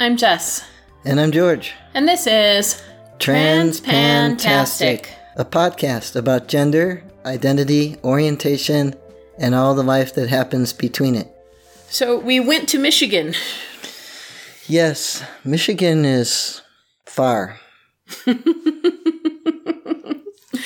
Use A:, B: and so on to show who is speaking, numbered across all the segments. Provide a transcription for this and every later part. A: I'm Jess,
B: And I'm George.
A: and this is Transpantastic.
B: A podcast about gender, identity, orientation, and all the life that happens between it.
A: So we went to Michigan.
B: Yes, Michigan is far.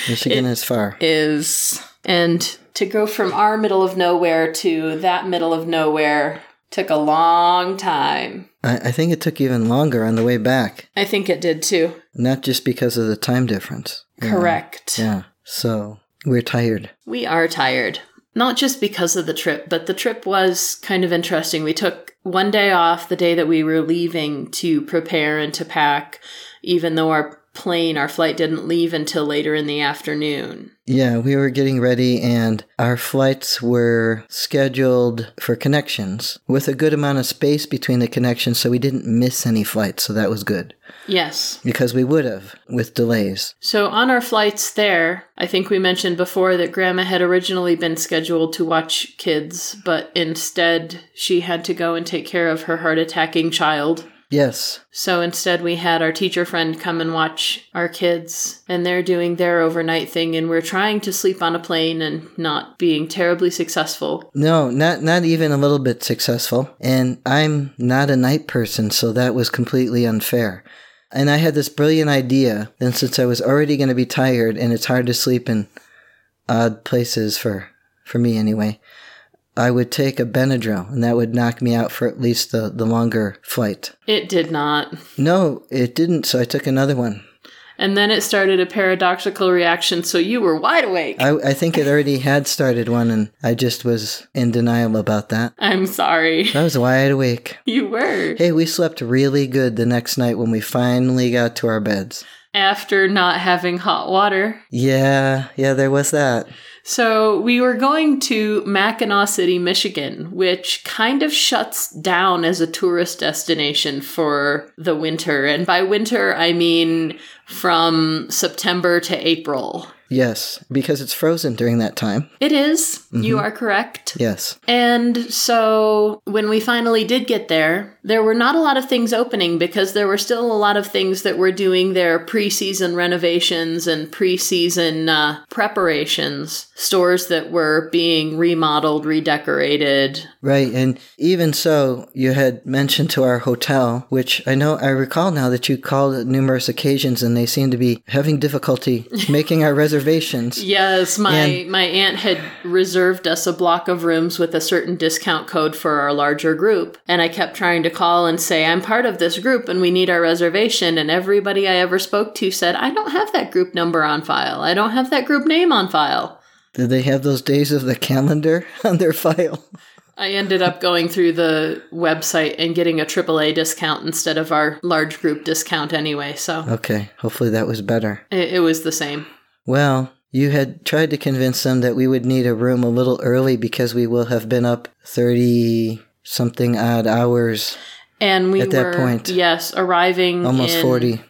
B: Michigan is far.
A: Is and to go from our middle of nowhere to that middle of nowhere took a long time.
B: I, I think it took even longer on the way back,
A: I think it did too.
B: not just because of the time difference.
A: Correct.
B: Yeah, so we're tired.
A: We are tired. Not just because of the trip, but the trip was kind of interesting. We took one day off the day that we were leaving to prepare and to pack, even though our plane, our flight didn't leave until later in the afternoon.
B: Yeah, we were getting ready, and our flights were scheduled for connections with a good amount of space between the connections, so we didn't miss any flights. So that was good
A: Yes.
B: because we would have with delays.
A: So on our flights there, I think we mentioned before that Grandma had originally been scheduled to watch kids, but instead she had to go and take care of her heart attacking child.
B: Yes,
A: So instead, we had our teacher friend come and watch our kids, and they're doing their overnight thing, and we're trying to sleep on a plane and not being terribly successful.
B: no, not not even a little bit successful. And I'm not a night person, so that was completely unfair. And I had this brilliant idea, and since I was already going to be tired, and it's hard to sleep in odd places for for me anyway. I would take a Benadryl, and that would knock me out for at least the, the longer flight.
A: It did not.
B: No, it didn't, so I took another one.
A: And then it started a paradoxical reaction, so you were wide awake.
B: I, I think it already had started one, and I just was in denial about that.
A: I'm sorry.
B: I was wide awake.
A: You were.
B: Hey, we slept really good the next night when we finally got to our beds.
A: After not having hot water.
B: Yeah, yeah, there was that.
A: So we were going to Mackinac City, Michigan, which kind of shuts down as a tourist destination for the winter. And by winter, I mean from September to April.
B: Yes, because it's frozen during that time.
A: It is. You are correct.
B: Yes.
A: And so when we finally did get there, there were not a lot of things opening because there were still a lot of things that were doing their preseason renovations and preseason uh, preparations, stores that were being remodeled, redecorated.
B: Right, and even so, you had mentioned to our hotel, which I know I recall now that you called at numerous occasions and they seemed to be having difficulty making our reservations.
A: Yes, my
B: And-
A: my aunt had reserved us a block of rooms with a certain discount code for our larger group, and I kept trying to call and say I'm part of this group and we need our reservation and everybody I ever spoke to said I don't have that group number on file. I don't have that group name on file.
B: Did they have those days of the calendar on their file?
A: I ended up going through the website and getting a AAA discount instead of our large group discount anyway, so
B: Okay, hopefully that was better.
A: it, it was the same.
B: Well, you had tried to convince them that we would need a room a little early because we will have been up 30 something odd hours,
A: And we
B: At that
A: were
B: point.
A: yes, arriving
B: almost
A: in-
B: 40.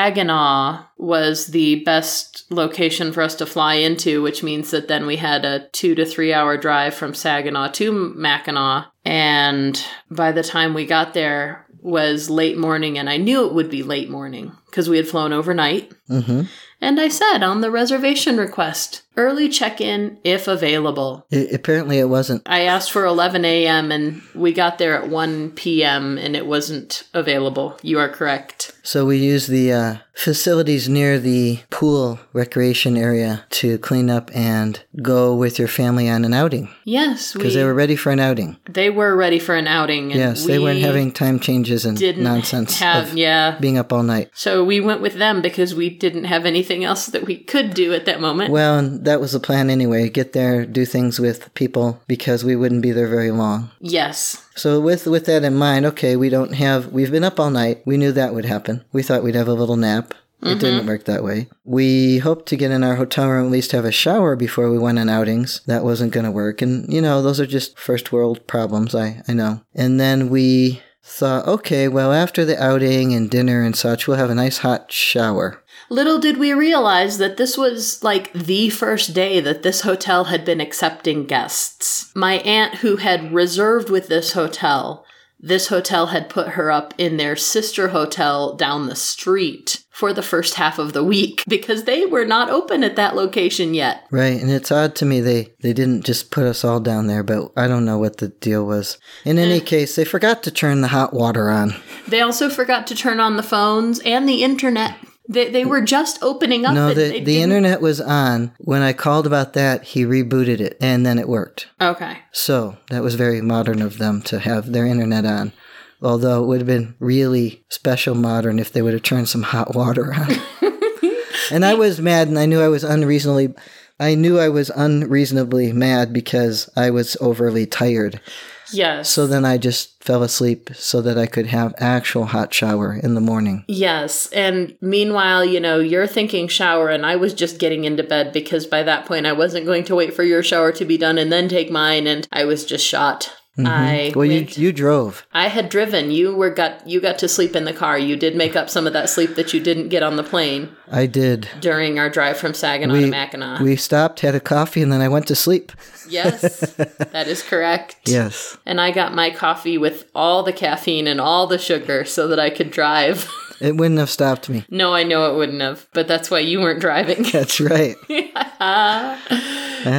A: Saginaw was the best location for us to fly into, which means that then we had a two to three hour drive from Saginaw to Mackinac. And by the time we got there was late morning, and I knew it would be late morning because we had flown overnight.
B: Mm-hmm.
A: And I said on the reservation request, early check in if available.
B: It, apparently, it wasn't.
A: I asked for 11 a.m., and we got there at 1 p.m., and it wasn't available. You are correct.
B: So we used the uh, facilities near the pool recreation area to clean up and go with your family on an outing
A: Yes, we
B: because they were ready for an outing.
A: They were ready for an outing. And
B: Yes, they
A: we
B: weren't having time changes and
A: didn't
B: nonsense
A: Have,
B: of
A: yeah.
B: being up all night.
A: So we went with them because we didn't have anything else that we could do at that moment.
B: Well, and that was the plan anyway. Get there, do things with people because we wouldn't be there very long.
A: yes.
B: So with with that in mind, okay, we don't have we've been up all night. We knew that would happen. We thought we'd have a little nap. It didn't work that way. We hoped to get in our hotel room at least have a shower before we went on outings. That wasn't going to work. And you know, those are just first world problems. I I know. And then we thought, okay, well after the outing and dinner and such, we'll have a nice hot shower.
A: Little did we realize that this was like the first day that this hotel had been accepting guests. My aunt, who had reserved with this hotel, this hotel had put her up in their sister hotel down the street for the first half of the week because they were not open at that location yet.
B: Right, and it's odd to me they they didn't just put us all down there, but I don't know what the deal was. In any case, they forgot to turn the hot water on.
A: They also forgot to turn on the phones and the internet. They, they were just opening up.
B: No,
A: and
B: the
A: they
B: the
A: didn't-
B: internet was on. When I called about that, he rebooted it and then it worked.
A: Okay.
B: So, that was very modern of them to have their internet on. Although it would have been really special modern if they would have turned some hot water on. and I was mad and I knew I was unreasonably I knew I was unreasonably mad because I was overly tired.
A: Yes.
B: So then I just fell asleep so that I could have actual hot shower in the morning.
A: Yes. And meanwhile, you know, you're thinking shower, and I was just getting into bed because by that point I wasn't going to wait for your shower to be done and then take mine, and I was just shot. I
B: Mm-hmm. Well, you,
A: went-
B: you drove.
A: I had driven. You were got you got to sleep in the car. You did make up some of that sleep that you didn't get on the plane
B: I did.
A: during our drive from Saginaw
B: We-
A: to Mackinac.
B: We stopped, had a coffee, and then I went to sleep.
A: yes, that is correct.
B: Yes.
A: And I got my coffee with all the caffeine and all the sugar so that I could drive.
B: It wouldn't have stopped me.
A: no, I know it wouldn't have, but that's why you weren't driving.
B: That's right. that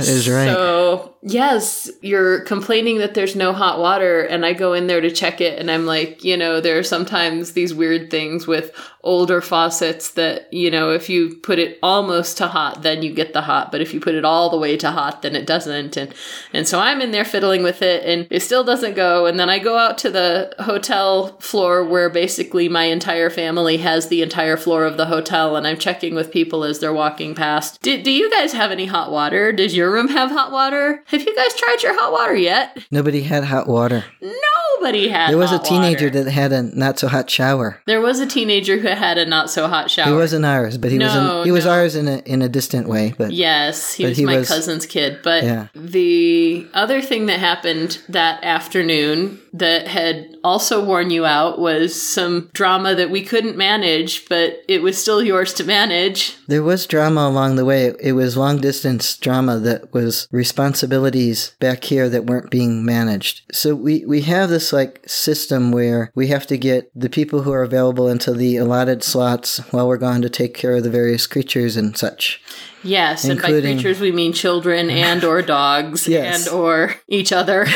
B: is right.
A: So, yes, you're complaining that there's no hot water, and I go in there to check it, and I'm like, you know, there are sometimes these weird things with older faucets that, you know, if you put it almost to hot, then you get the hot, but if you put it all the way to hot, then it doesn't. And, and so I'm in there fiddling with it, and it still doesn't go. And then I go out to the hotel floor where basically my entire family has the entire floor of the hotel, and I'm checking with people as they're walking past. Do, do you guys have any hot water? Does your room have hot water? Have you guys tried your hot water yet?
B: Nobody had hot water.
A: Nobody had.
B: There was a
A: hot
B: teenager
A: water.
B: that had a not so hot shower.
A: There was a teenager who had a not so hot shower.
B: He wasn't ours, but he was
A: No,
B: in, he was
A: no.
B: ours in a in a distant way. But
A: Yes, he
B: But
A: was
B: he
A: my
B: was-
A: cousin's kid. But
B: Yeah.
A: the other thing that happened that afternoon that had also worn you out was some drama that we couldn't manage, but it was still yours to manage.
B: There was drama along the way. It was long distance drama that was responsibilities back here that weren't being managed. So we, we have this like system where we have to get the people who are available into the allotted slots while we're gone to take care of the various creatures and such.
A: Yes, and by
B: Including-
A: creatures we mean children and or dogs
B: Yes.
A: and or each other.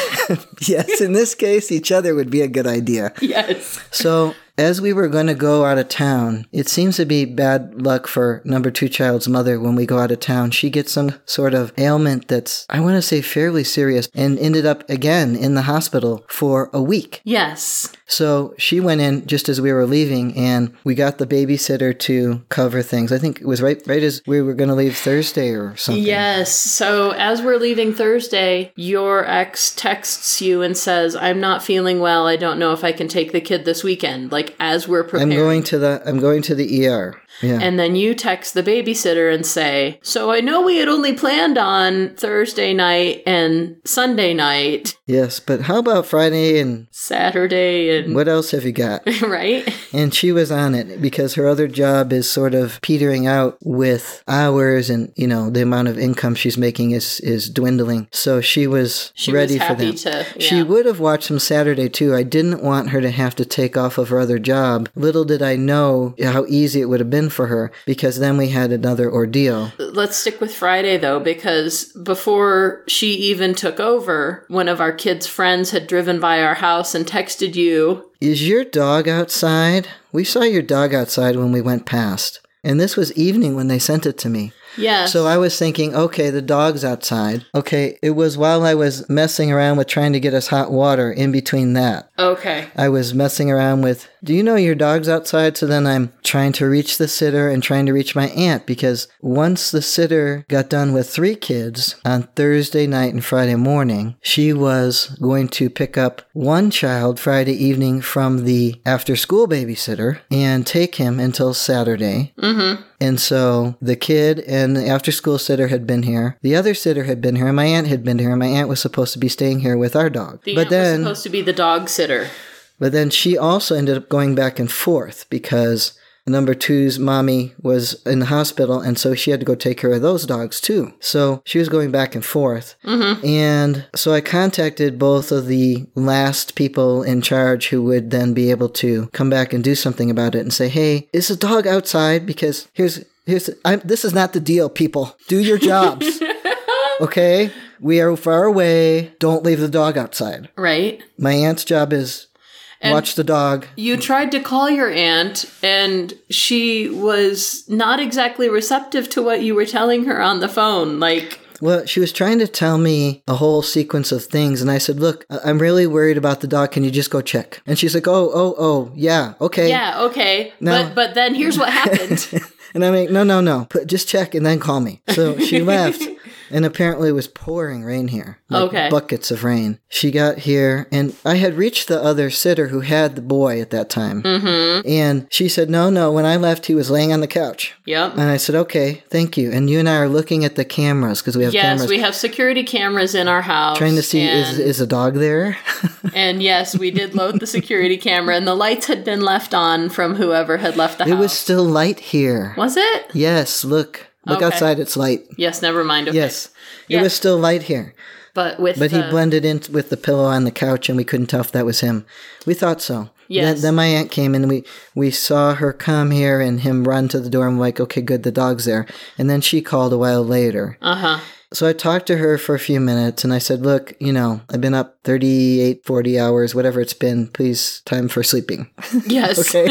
B: Yes, in this case, each other would be a good idea.
A: yes.
B: So as we were going to go out of town, it seems to be bad luck for number two child's mother when we go out of town. She gets some sort of ailment that's, I want to say, fairly serious and ended up again in the hospital for a week.
A: Yes.
B: So she went in just as we were leaving and we got the babysitter to cover things. I think it was right, right as we were going to leave Thursday or something.
A: Yes. So as we're leaving Thursday, your ex texts you and says, "I'm not feeling well. I don't know if I can take the kid this weekend." Like as we're
B: I'm
A: preparing.
B: going to the, I'm going to the ER. Yeah.
A: and then you text the babysitter and say, "So I know we had only planned on Thursday night and Sunday night,
B: yes. But how about Friday and
A: Saturday and
B: what else have you got?
A: right?"
B: And she was on it because her other job is sort of petering out with hours and, you know, the amount of income she's making is, is dwindling. So she was
A: She
B: ready
A: was happy
B: for them.
A: to. Yeah.
B: She would have watched some Saturday too. I didn't want her to have to take off of her other job. Little did I know how easy it would have been for her because then we had another ordeal.
A: let's stick with Friday though, because before she even took over, one of our kids' friends had driven by our house and texted you.
B: Is your dog outside? We saw your dog outside when we went past. And this was evening when they sent it to me.
A: Yes.
B: So I was thinking, okay, the dog's outside. Okay, it was while I was messing around with trying to get us hot water in between that.
A: okay.
B: I was messing around with, do you know your dog's outside? So then I'm trying to reach the sitter and trying to reach my aunt because once the sitter got done with three kids on Thursday night and Friday morning, she was going to pick up one child Friday evening from the after school babysitter and take him until Saturday.
A: Mm-hmm.
B: And so the kid and the after school sitter had been here. The other sitter had been here, and my aunt had been here. And my aunt was supposed to be staying here with our dog.
A: The
B: but
A: aunt
B: then
A: was supposed to be the dog sitter.
B: but then she also ended up going back and forth because Number two's mommy was in the hospital, and so she had to go take care of those dogs too. So she was going back and forth. And so I contacted both of the last people in charge who would then be able to come back and do something about it and say, hey, is the dog outside? Because here's, here's, I'm, this is not the deal, people. Do your jobs. okay? We are far away. Don't leave the dog outside.
A: Right?
B: My aunt's job is watch the dog.
A: You tried to call your aunt, and she was not exactly receptive to what you were telling her on the phone. Like,
B: Well, she was trying to tell me a whole sequence of things, and I said, "Look, I- I'm really worried about the dog. Can you just go check?" And she's like, "Oh, oh, oh, yeah, okay."
A: yeah, okay, but but then here's what happened.
B: And I'm like, "No, no, no. Put, just check and then call me." So she left, and apparently it was pouring rain here. Like
A: Okay.
B: Buckets of rain. She got here, and I had reached the other sitter who had the boy at that time, mm-hmm. and she said, "No, no. When I left, he was laying on the couch."
A: yep.
B: And I said, "Okay, thank you." And you and I are looking at the cameras because we have
A: Yes,
B: cameras.
A: we have security cameras in our house.
B: Trying to see
A: and,
B: is is a dog there?
A: and yes, we did load the security camera, and the lights had been left on from whoever had left the
B: It
A: house.
B: was still light here.
A: Was it?
B: Yes, look. Look
A: Okay.
B: outside, it's light.
A: Yes, never mind. Okay.
B: Yes.
A: Yeah.
B: It was still light here.
A: but with
B: But
A: the,
B: he blended in with the pillow on the couch and we couldn't tell if that was him. We thought so.
A: Yes.
B: Then, then my aunt came and we, we saw her come here and him run to the door. I'm like, okay, good, the dog's there. And then she called a while later.
A: uh huh.
B: So I talked to her for a few minutes and I said, look, you know, I've been up 38, 40 hours, whatever it's been. Please, time for sleeping.
A: Yes.
B: Okay.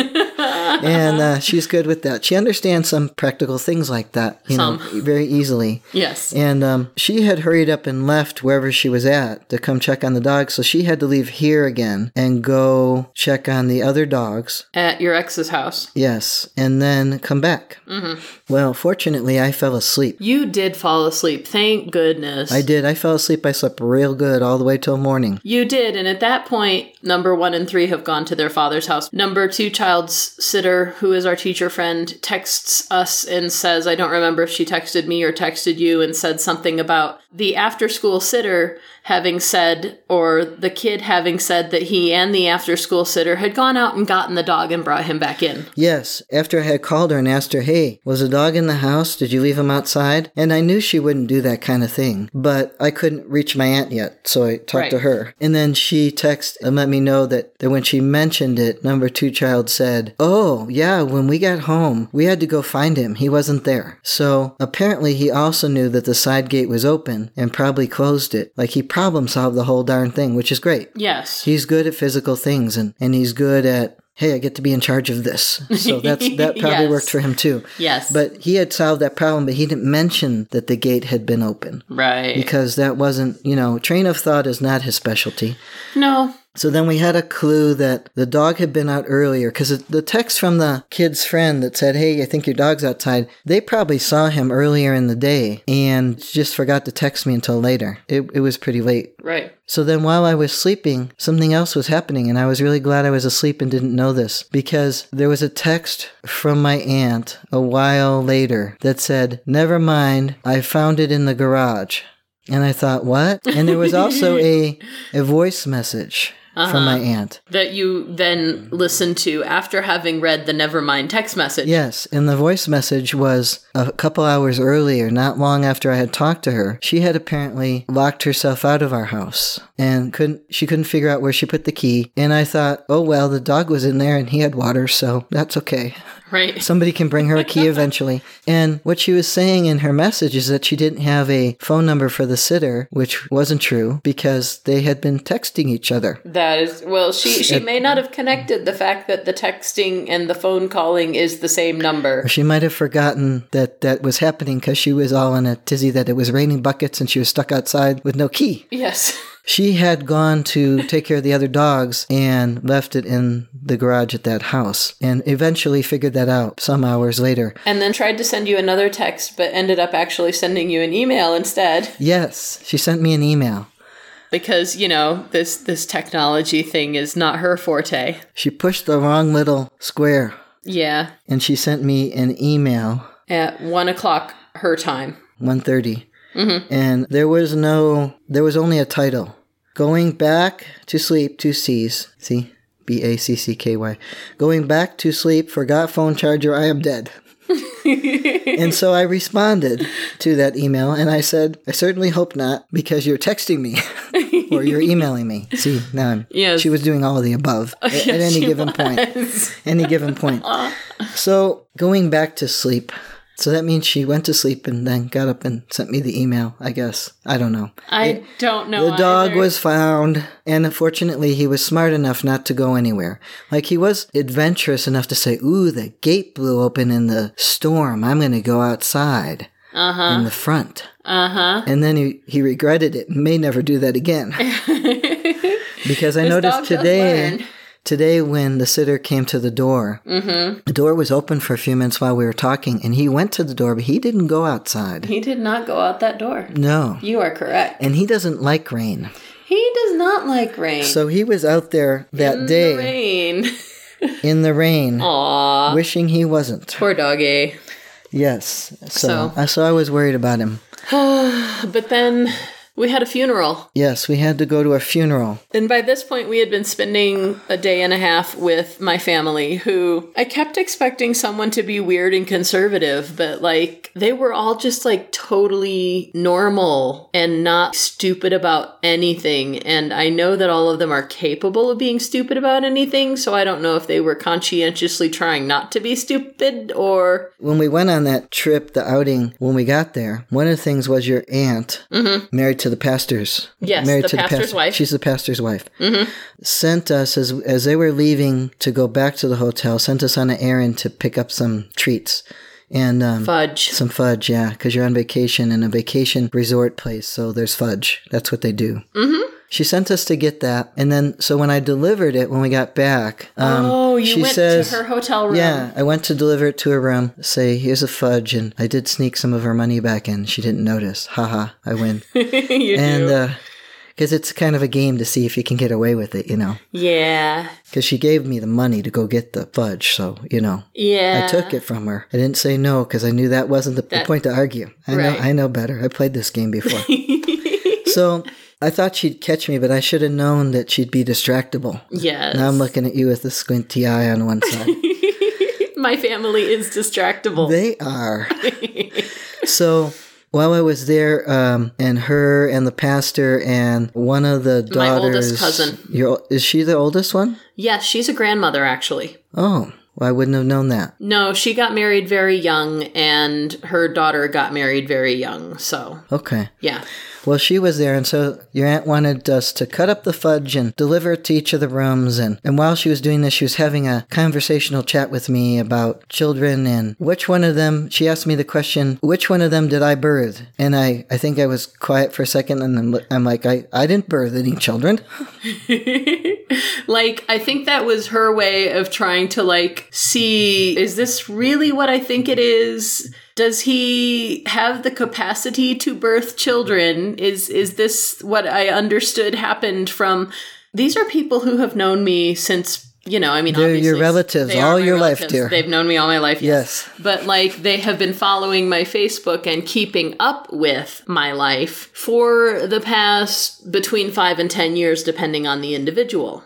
B: and uh, she's good with that. She understands some practical things like that, you know, very easily.
A: Yes.
B: And um, she had hurried up and left wherever she was at to come check on the dog. So she had to leave here again and go check on the other dogs.
A: At your ex's house.
B: Yes. And then come back. Mm-hmm. Well, fortunately, I fell asleep.
A: You did fall asleep. Thank goodness.
B: I did. I fell asleep. I slept real good all the way till morning.
A: You did, and at that point, number one and three have gone to their father's house. Number two, child's sitter, who is our teacher friend, texts us and says, I don't remember if she texted me or texted you, and said something about the after school sitter having said, or the kid having said that he and the after school sitter had gone out and gotten the dog and brought him back in.
B: Yes, after I had called her and asked her, hey, was the dog in the house? Did you leave him outside? And I knew she wouldn't do that kind of thing, but I couldn't reach my aunt yet, so I talked to
A: Right.
B: her. And then she texted and let me know that, that when she mentioned it, number two child said, oh, yeah, when we got home, we had to go find him. He wasn't there. So apparently he also knew that the side gate was open and probably closed it. Like he problem solved the whole darn thing, which is great.
A: Yes.
B: He's good at physical things and, and he's good at, hey, I get to be in charge of this. So that's that probably
A: Yes.
B: worked for him too.
A: Yes.
B: But he had solved that problem, but he didn't mention that the gate had been open
A: right.
B: because that wasn't, you know, train of thought is not his specialty.
A: No.
B: So then we had a clue that the dog had been out earlier because the text from the kid's friend that said, Hey, I think your dog's outside, they probably saw him earlier in the day and just forgot to text me until later. It, it was pretty late.
A: Right.
B: So then while I was sleeping, something else was happening, and I was really glad I was asleep and didn't know this because there was a text from my aunt a while later that said, Never mind, I found it in the garage. And I thought, What? And there was also a, a voice message from my aunt.
A: That you then listen to after having read the Nevermind text message.
B: Yes, and the voice message was a couple hours earlier, not long after I had talked to her. She had apparently locked herself out of our house and couldn't she couldn't figure out where she put the key. And I thought, "Oh well, the dog was in there and he had water, so that's okay.
A: Right.
B: Somebody can bring her a key eventually." And what she was saying in her message is that she didn't have a phone number for the sitter, which wasn't true because they had been texting each other.
A: That is well. She she may not have connected the fact that the texting and the phone calling is the same number.
B: She might have forgotten that that was happening because she was all in a tizzy that it was raining buckets and she was stuck outside with no key.
A: Yes.
B: She had gone to take care of the other dogs and left it in the garage at that house and eventually figured that out some hours later.
A: And then tried to send you another text, but ended up actually sending you an email instead
B: Yes, she sent me an email.
A: because you know this this technology thing is not her forte.
B: She pushed the wrong little square
A: Yeah.
B: and she sent me an email
A: At one o'clock her time.
B: 130
A: Mm-hmm.
B: and there was no there was only a title going back to sleep to seize see B A C C K Y. Going back to sleep, forgot phone charger, I am dead. and so I responded to that email and I said, I certainly hope not because you're texting me or you're emailing me. See, now I'm,
A: Yes.
B: she was doing all of the above at, at
A: Yes,
B: any
A: she
B: given point.
A: was.
B: Any given point. So going back to sleep. So that means she went to sleep and then got up and sent me the email, I guess. I don't know.
A: I don't know.
B: The dog
A: either.
B: was found, and fortunately, he was smart enough not to go anywhere. Like, he was adventurous enough to say, Ooh, the gate blew open in the storm. I'm going to go outside
A: Uh-huh.
B: in the front.
A: Uh-huh.
B: And then he, he regretted it and may never do that again. because I
A: dog
B: noticed
A: does
B: today.
A: learn.
B: Today, when the sitter came to the door,
A: Mm-hmm.
B: the door was open for a few minutes while we were talking, and he went to the door, but he didn't go outside.
A: He did not go out that door.
B: No.
A: You are correct.
B: And he doesn't like rain.
A: He does not like rain.
B: So he was out there that day.
A: The rain.
B: in the rain,
A: Aw.
B: wishing he wasn't.
A: Poor doggy.
B: Yes. So,
A: So-
B: I so I was worried about him.
A: But then we had a funeral.
B: Yes, we had to go to a funeral.
A: And by this point, we had been spending a day and a half with my family, who I kept expecting someone to be weird and conservative, but like they were all just like totally normal and not stupid about anything. And I know that all of them are capable of being stupid about anything, so I don't know if they were conscientiously trying not to be stupid or.
B: When we went on that trip, the outing, when we got there, one of the things was your aunt, married to the pastor's.
A: Mm-hmm. Yes,
B: married
A: the pastor's wife. Mm-hmm.
B: She's the pastor's wife. Sent us as as they were leaving to go back to the hotel. Sent us on an errand to pick up some treats and um,
A: Fudge.
B: some fudge. Yeah, because you're on vacation in a vacation resort place, so there's fudge. That's what they do. Mm-hmm. She sent us to get that, and then so when I delivered it when we got back, um,
A: oh, you
B: she
A: went
B: says,
A: to her hotel room.
B: yeah, I went to deliver it to her room, say, here's a fudge, and I did sneak some of her money back in. She didn't notice. Haha, I win.
A: you
B: and,
A: do.
B: uh, because it's kind of a game to see if you can get away with it, you know.
A: yeah.
B: Because she gave me the money to go get the fudge, so, you know,
A: Yeah.
B: I took it from her. I didn't say no because I knew that wasn't the, the point to argue. I
A: Right.
B: know, I know better. I played this game before. so I thought she'd catch me, but I should have known that she'd be distractible.
A: Yes.
B: Now I'm looking at you with a squinty eye on one side.
A: My family is distractible.
B: they are. so while I was there, um, and her and the pastor and one of the daughters,
A: My oldest cousin.
B: Your is she the oldest one?
A: yes, she's a grandmother, actually.
B: Oh, well, I wouldn't have known that.
A: No, she got married very young, and her daughter got married very young. So,
B: Okay.
A: yeah.
B: Well, she was there, and so your aunt wanted us to cut up the fudge and deliver it to each of the rooms. And, and while she was doing this, she was having a conversational chat with me about children and which one of them, she asked me the question, which one of them did I birth? And I, I think I was quiet for a second, and I'm, I'm like, I, I didn't birth any children.
A: Like, I think that was her way of trying to, like, see is this really what I think it is? Does he have the capacity to birth children? Is is this what I understood happened from these are people who have known me since you know, I mean,
B: They're your
A: obviously,
B: relatives
A: they are
B: all
A: my
B: your life,
A: relatives.
B: dear.
A: They've known me all my life.
B: Yes.
A: But like they have been following my Facebook and keeping up with my life for the past between five and 10 years, depending on the individual.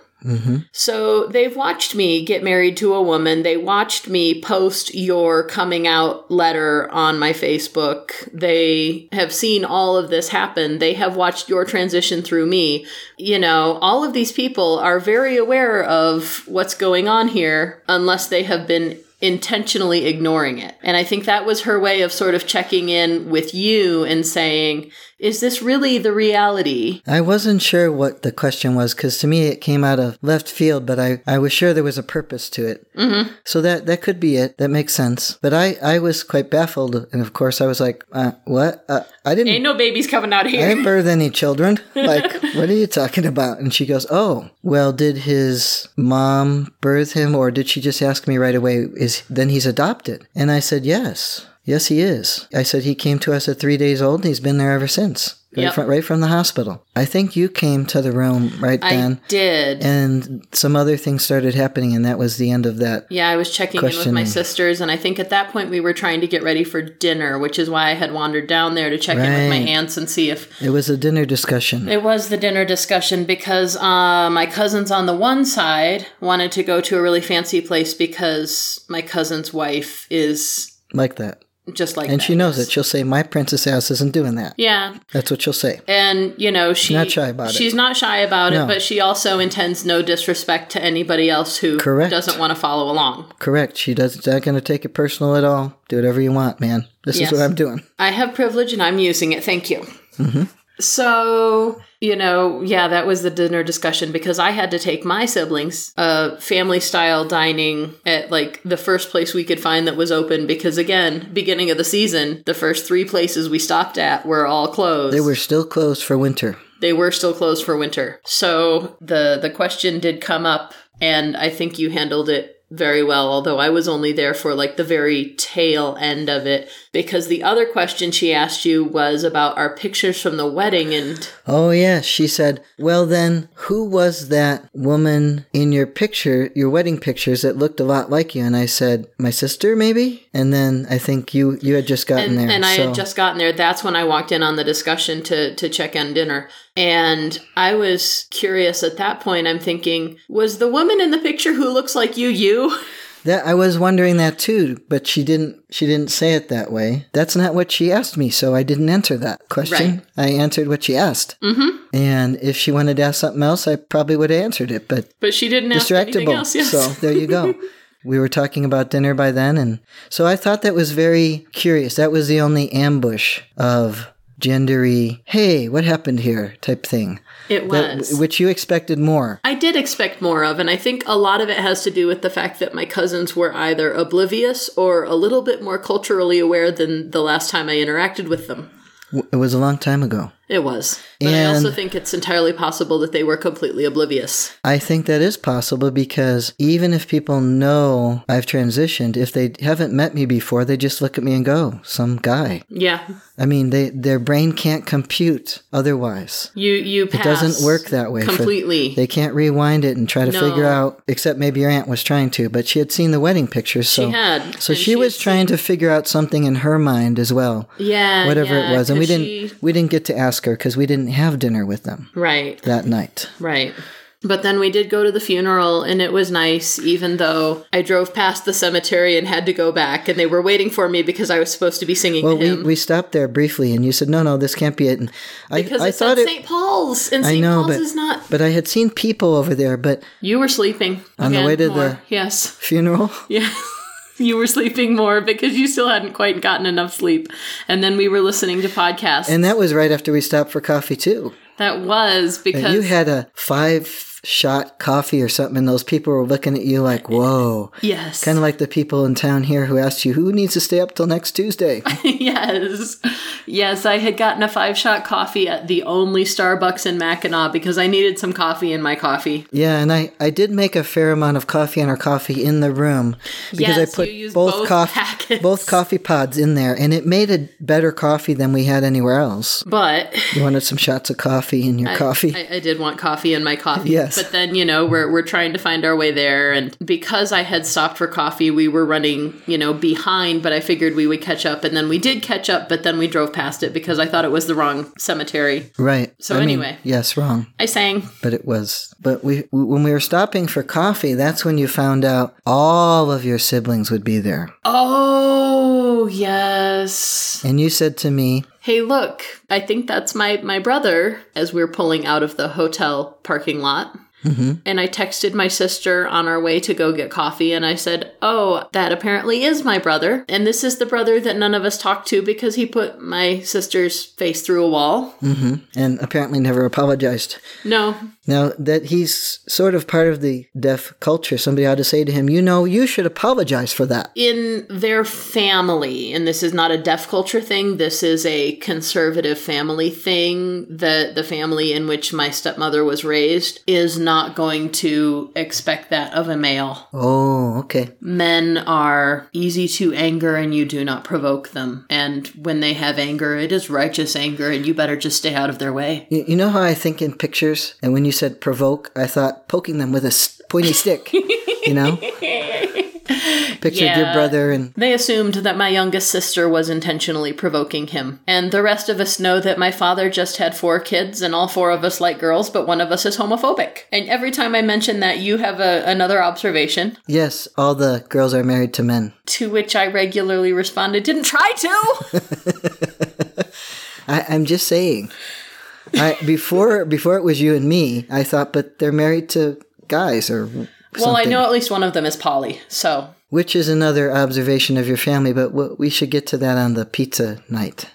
A: So they've watched me get married to a woman. They watched me post your coming out letter on my Facebook. They have seen all of this happen. They have watched your transition through me. You know, all of these people are very aware of what's going on here unless they have been intentionally ignoring it. And I think that was her way of sort of checking in with you and saying, is this really the reality?
B: I wasn't sure what the question was because to me it came out of left field, but I, I was sure there was a purpose to it. Mm-hmm. So that, that could be it. That makes sense. But I, I was quite baffled. And of course, I was like, uh, what? Uh, I didn't.
A: Ain't no babies coming out
B: I
A: here.
B: didn't birth any children. Like, what are you talking about? And she goes, Oh, well, did his mom birth him, or did she just ask me right away? Is then he's adopted? And I said, Yes. Yes, he is. I said he came to us at three days old and he's been there ever since. Right,
A: Yep.
B: from, right from the hospital. I think you came to the realm right then.
A: I did.
B: And some other things started happening, and that was the end of that.
A: Yeah, I was checking in with my
B: Questioning.
A: sisters, and I think at that point we were trying to get ready for dinner, which is why I had wandered down there to check in with
B: Right.
A: my aunts and see if
B: It was a dinner discussion.
A: it was the dinner discussion because uh, my cousins on the one side wanted to go to a really fancy place because my cousin's wife is
B: like that.
A: just like
B: And
A: that,
B: she knows
A: yes.
B: it. She'll say, My princess house isn't doing that.
A: Yeah,
B: That's what she'll say.
A: and you know she
B: Not shy about it.
A: She's not shy about
B: No.
A: it, but she also intends no disrespect to anybody else who
B: Correct.
A: doesn't want to follow along.
B: Correct. She does not going to take it personal at all. Do whatever you want, man. This
A: Yes.
B: is what I'm doing.
A: I have privilege and I'm using it. Thank you. So, you know, yeah, that was the dinner discussion because I had to take my siblings uh family style dining at like the first place we could find that was open because again, beginning of the season, the first 3 places we stopped at were all closed.
B: They were still closed for winter.
A: they were still closed for winter. So, the the question did come up and I think you handled it very well, although I was only there for like the very tail end of it because the other question she asked you was about our pictures from the wedding and
B: Oh, yeah. She said, Well, then, who was that woman in your picture, your wedding pictures, that looked a lot like you? And I said, My sister, maybe? And then I think you you had just gotten
A: and,
B: there.
A: and I
B: so
A: had just gotten there. That's when I walked in on the discussion to to check on dinner, and I was curious at that point. I'm thinking, was the woman in the picture who looks like you you?
B: that I was wondering that too, but she didn't she didn't say it that way. That's not what she asked me, so I didn't answer that question. I answered what she asked.
A: Mm-hmm.
B: And if she wanted to ask something else, I probably would have answered it, but
A: But she didn't ask anything
B: distractible.
A: else. Yes.
B: So there you go. we were talking about dinner by then, and so I thought that was very curious. That was the only ambush of gendery. Hey, what happened here? Type thing,
A: it
B: That-
A: was.
B: which you expected more.
A: I did expect more of, and I think a lot of it has to do with the fact that my cousins were either oblivious or a little bit more culturally aware than the last time I interacted with them.
B: W- It was a long time ago.
A: It was. But I
B: And-
A: also think it's entirely possible that they were completely oblivious.
B: I think that is possible because even if people know I've transitioned, if they haven't met me before, they just look at me and go, "Some guy."
A: Yeah.
B: I mean, they their brain can't compute otherwise.
A: You you pass.
B: doesn't work that way for-
A: completely.
B: They can't rewind it and try to
A: No.
B: figure out, except maybe your aunt was trying to, but she had seen the wedding pictures. So,
A: she had.
B: so
A: and
B: she was trying to figure out something in her mind as well,
A: Yeah.
B: whatever
A: Uh, yeah,
B: it was. And we
A: 'cause
B: didn't,
A: she-
B: we didn't get to ask her because we didn't have dinner with them
A: right.
B: that night.
A: Right. But then we did go to the funeral and it was nice, even though I drove past the cemetery and had to go back and they were waiting for me because I was supposed to be singing
B: Well,
A: the hymn.
B: we, we stopped there briefly, and you said, "No, no, this can't be it." And I,
A: because
B: I
A: it
B: thought
A: said
B: it,
A: St. Paul's and St.
B: know,
A: Paul's
B: but-
A: is not.
B: but I had seen people over there, but
A: You were sleeping
B: On the
A: again
B: way to
A: more.
B: the-
A: yes,
B: funeral.
A: yeah. You were sleeping more because you still hadn't quite gotten enough sleep. And then we were listening to podcasts.
B: And that was right after we stopped for coffee too.
A: that was because
B: You had a five shot coffee or something, and those people were looking at you like, "Whoa."
A: yes,
B: Kind of like the people in town here who asked you, who needs to stay up till next Tuesday?
A: yes, yes. I had gotten a five shot coffee at the only Starbucks in Mackinac because I needed some coffee in my coffee.
B: yeah, and I, I did make a fair amount of coffee and our coffee in the room because
A: Yes,
B: I put
A: you used both
B: both, coffee
A: packets.
B: both coffee pods in there, and it made a better coffee than we had anywhere else.
A: But
B: You wanted some shots of coffee in your coffee.
A: I, I did want coffee in my coffee.
B: Yes.
A: But then, you know, we're, we're trying to find our way there. And because I had stopped for coffee, we were running, you know, behind, but I figured we would catch up. And then we did catch up, but then we drove past it because I thought it was the wrong cemetery.
B: right.
A: So
B: I mean,
A: anyway.
B: yes, wrong.
A: I sang.
B: But it was. But we when we were stopping for coffee, that's when you found out all of your siblings would be there.
A: Oh, yes.
B: And you said to me,
A: Hey, look, I think that's my, my brother as we we're pulling out of the hotel parking lot. And I texted my sister on our way to go get coffee, and I said, Oh, that apparently is my brother. And this is the brother that none of us talked to because he put my sister's face through a wall.
B: and apparently never apologized.
A: No,
B: Now that he's sort of part of the deaf culture, somebody ought to say to him, you know, you should apologize for that.
A: in their family, and this is not a deaf culture thing, this is a conservative family thing. The, the family in which my stepmother was raised is not going to expect that of a male.
B: Oh, okay.
A: Men are easy to anger and you do not provoke them. And when they have anger, it is righteous anger and you better just stay out of their way.
B: You, you know how I think in pictures? And when you said provoke, I thought poking them with a s- pointy stick, you know? Picture your
A: Yeah.
B: brother and
A: They assumed that my youngest sister was intentionally provoking him. And the rest of us know that my father just had four kids and all four of us like girls, but one of us is homophobic. And every time I mention that, you have a, another observation,
B: yes, all the girls are married to men.
A: to which I regularly responded, didn't try to!
B: I, I'm just saying. I, before before it was you and me, I thought, but they're married to guys, or
A: well, I know at least one of them is Polly, so
B: which is another observation of your family. But w- we should get to that on the pizza night,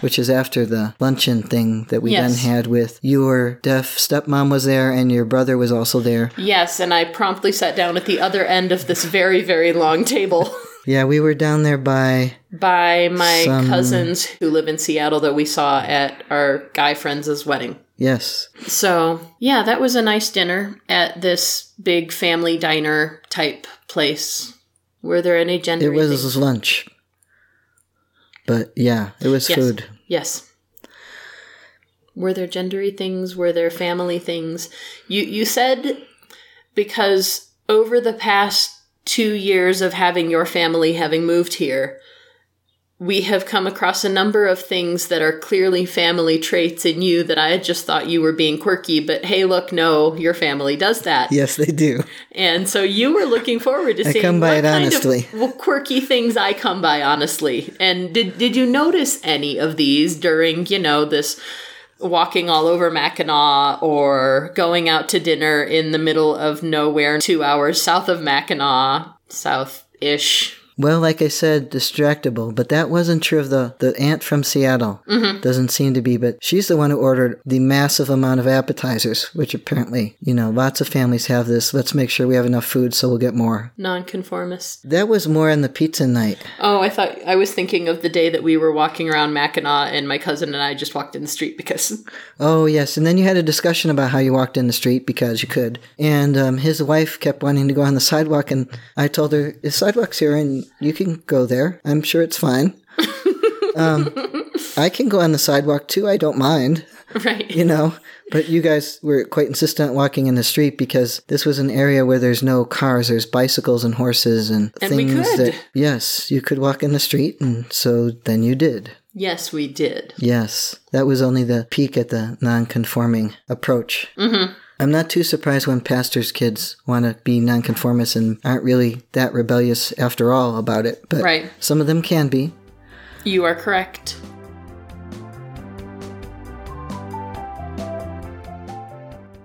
B: which is after the luncheon thing that we
A: Yes.
B: then had with your deaf stepmom was there, and your brother was also there.
A: Yes, and I promptly sat down at the other end of this very, very long table
B: Yeah, we were down there by
A: by my
B: Some-
A: cousins who live in Seattle that we saw at our guy friends' wedding.
B: yes,
A: So, yeah, that was a nice dinner at this big family diner type place. Were there any gender?
B: it was lunch, but yeah, it was
A: Yes.
B: food.
A: Yes. Were there gendery things? Were there family things? You you said because over the past two years of having your family having moved here, we have come across a number of things that are clearly family traits in you that I had just thought you were being quirky, but hey look, no, your family does that.
B: Yes, they do.
A: And so you were looking forward to seeing
B: come by
A: what
B: it
A: kind
B: honestly.
A: of quirky things I come by honestly. And did did you notice any of these during you know this walking all over Mackinac or going out to dinner in the middle of nowhere, two hours south of Mackinac, south ish.
B: Well, like I said, distractible, but that wasn't true of the, the aunt from Seattle. Doesn't seem to be, but she's the one who ordered the massive amount of appetizers, which apparently, you know, lots of families have this. Let's make sure we have enough food so we'll get more.
A: Nonconformist.
B: That was more on the pizza night.
A: Oh, I thought I was thinking of the day that we were walking around Mackinac and my cousin and I just walked in the street because
B: Oh, yes. And then you had a discussion about how you walked in the street because you could. And um, his wife kept wanting to go on the sidewalk, and I told her, The sidewalk's here, and you can go there. I'm sure it's fine. um, I can go on the sidewalk too. I don't mind.
A: right.
B: you know but you guys were quite insistent walking in the street because this was an area where there's no cars there's bicycles and horses and,
A: And we
B: things
A: could.
B: that yes you could walk in the street and so then you did
A: Yes, we did.
B: yes that was only the peak at the non-conforming approach mm-hmm. i'm not too surprised when pastors kids want to be nonconformists and aren't really that rebellious after all about it but
A: Right.
B: some of them can be
A: You are correct.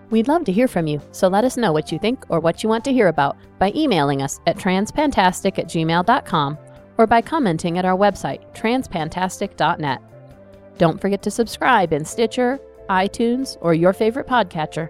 C: We'd love to hear from you, so let us know what you think or what you want to hear about by emailing us at transpantastic at gmail.com or by commenting at our website, transpantastic.net. Don't forget to subscribe in Stitcher, iTunes, or your favorite podcatcher,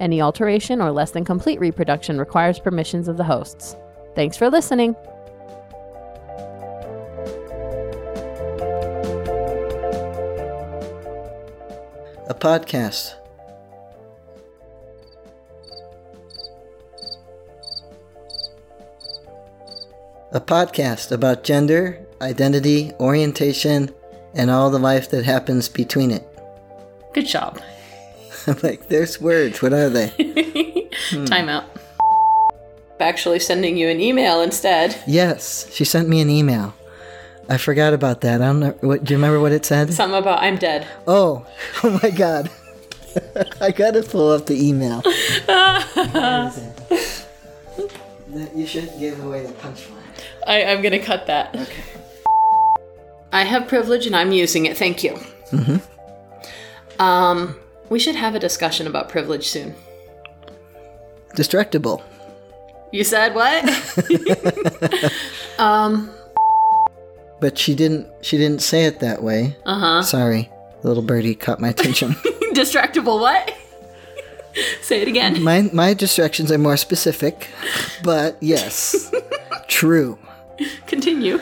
C: Any alteration or less than complete reproduction requires permissions of the hosts. Thanks for listening!
B: a podcast a podcast about gender, identity, orientation, and all the life that happens between it.
A: Good job.
B: I'm like, there's words. What are they?
A: Time out. Actually, sending you an email instead.
B: yes, she sent me an email. I forgot about that. I don't know. What, do you remember what it said?
A: Something about I'm dead.
B: Oh, oh my God. I gotta pull up the email. Where is it? That- you shouldn't give away the punchline.
A: I, I'm gonna cut that. Okay. I have privilege and I'm using it. Thank you. Mm-hmm. Um, we should have a discussion about privilege soon.
B: Destructible.
A: You said what? um,
B: But she didn't. She didn't say it that way.
A: uh huh.
B: Sorry, little birdie caught my attention.
A: Distractible what? Say it again.
B: my my distractions are more specific, but yes, true.
A: Continue.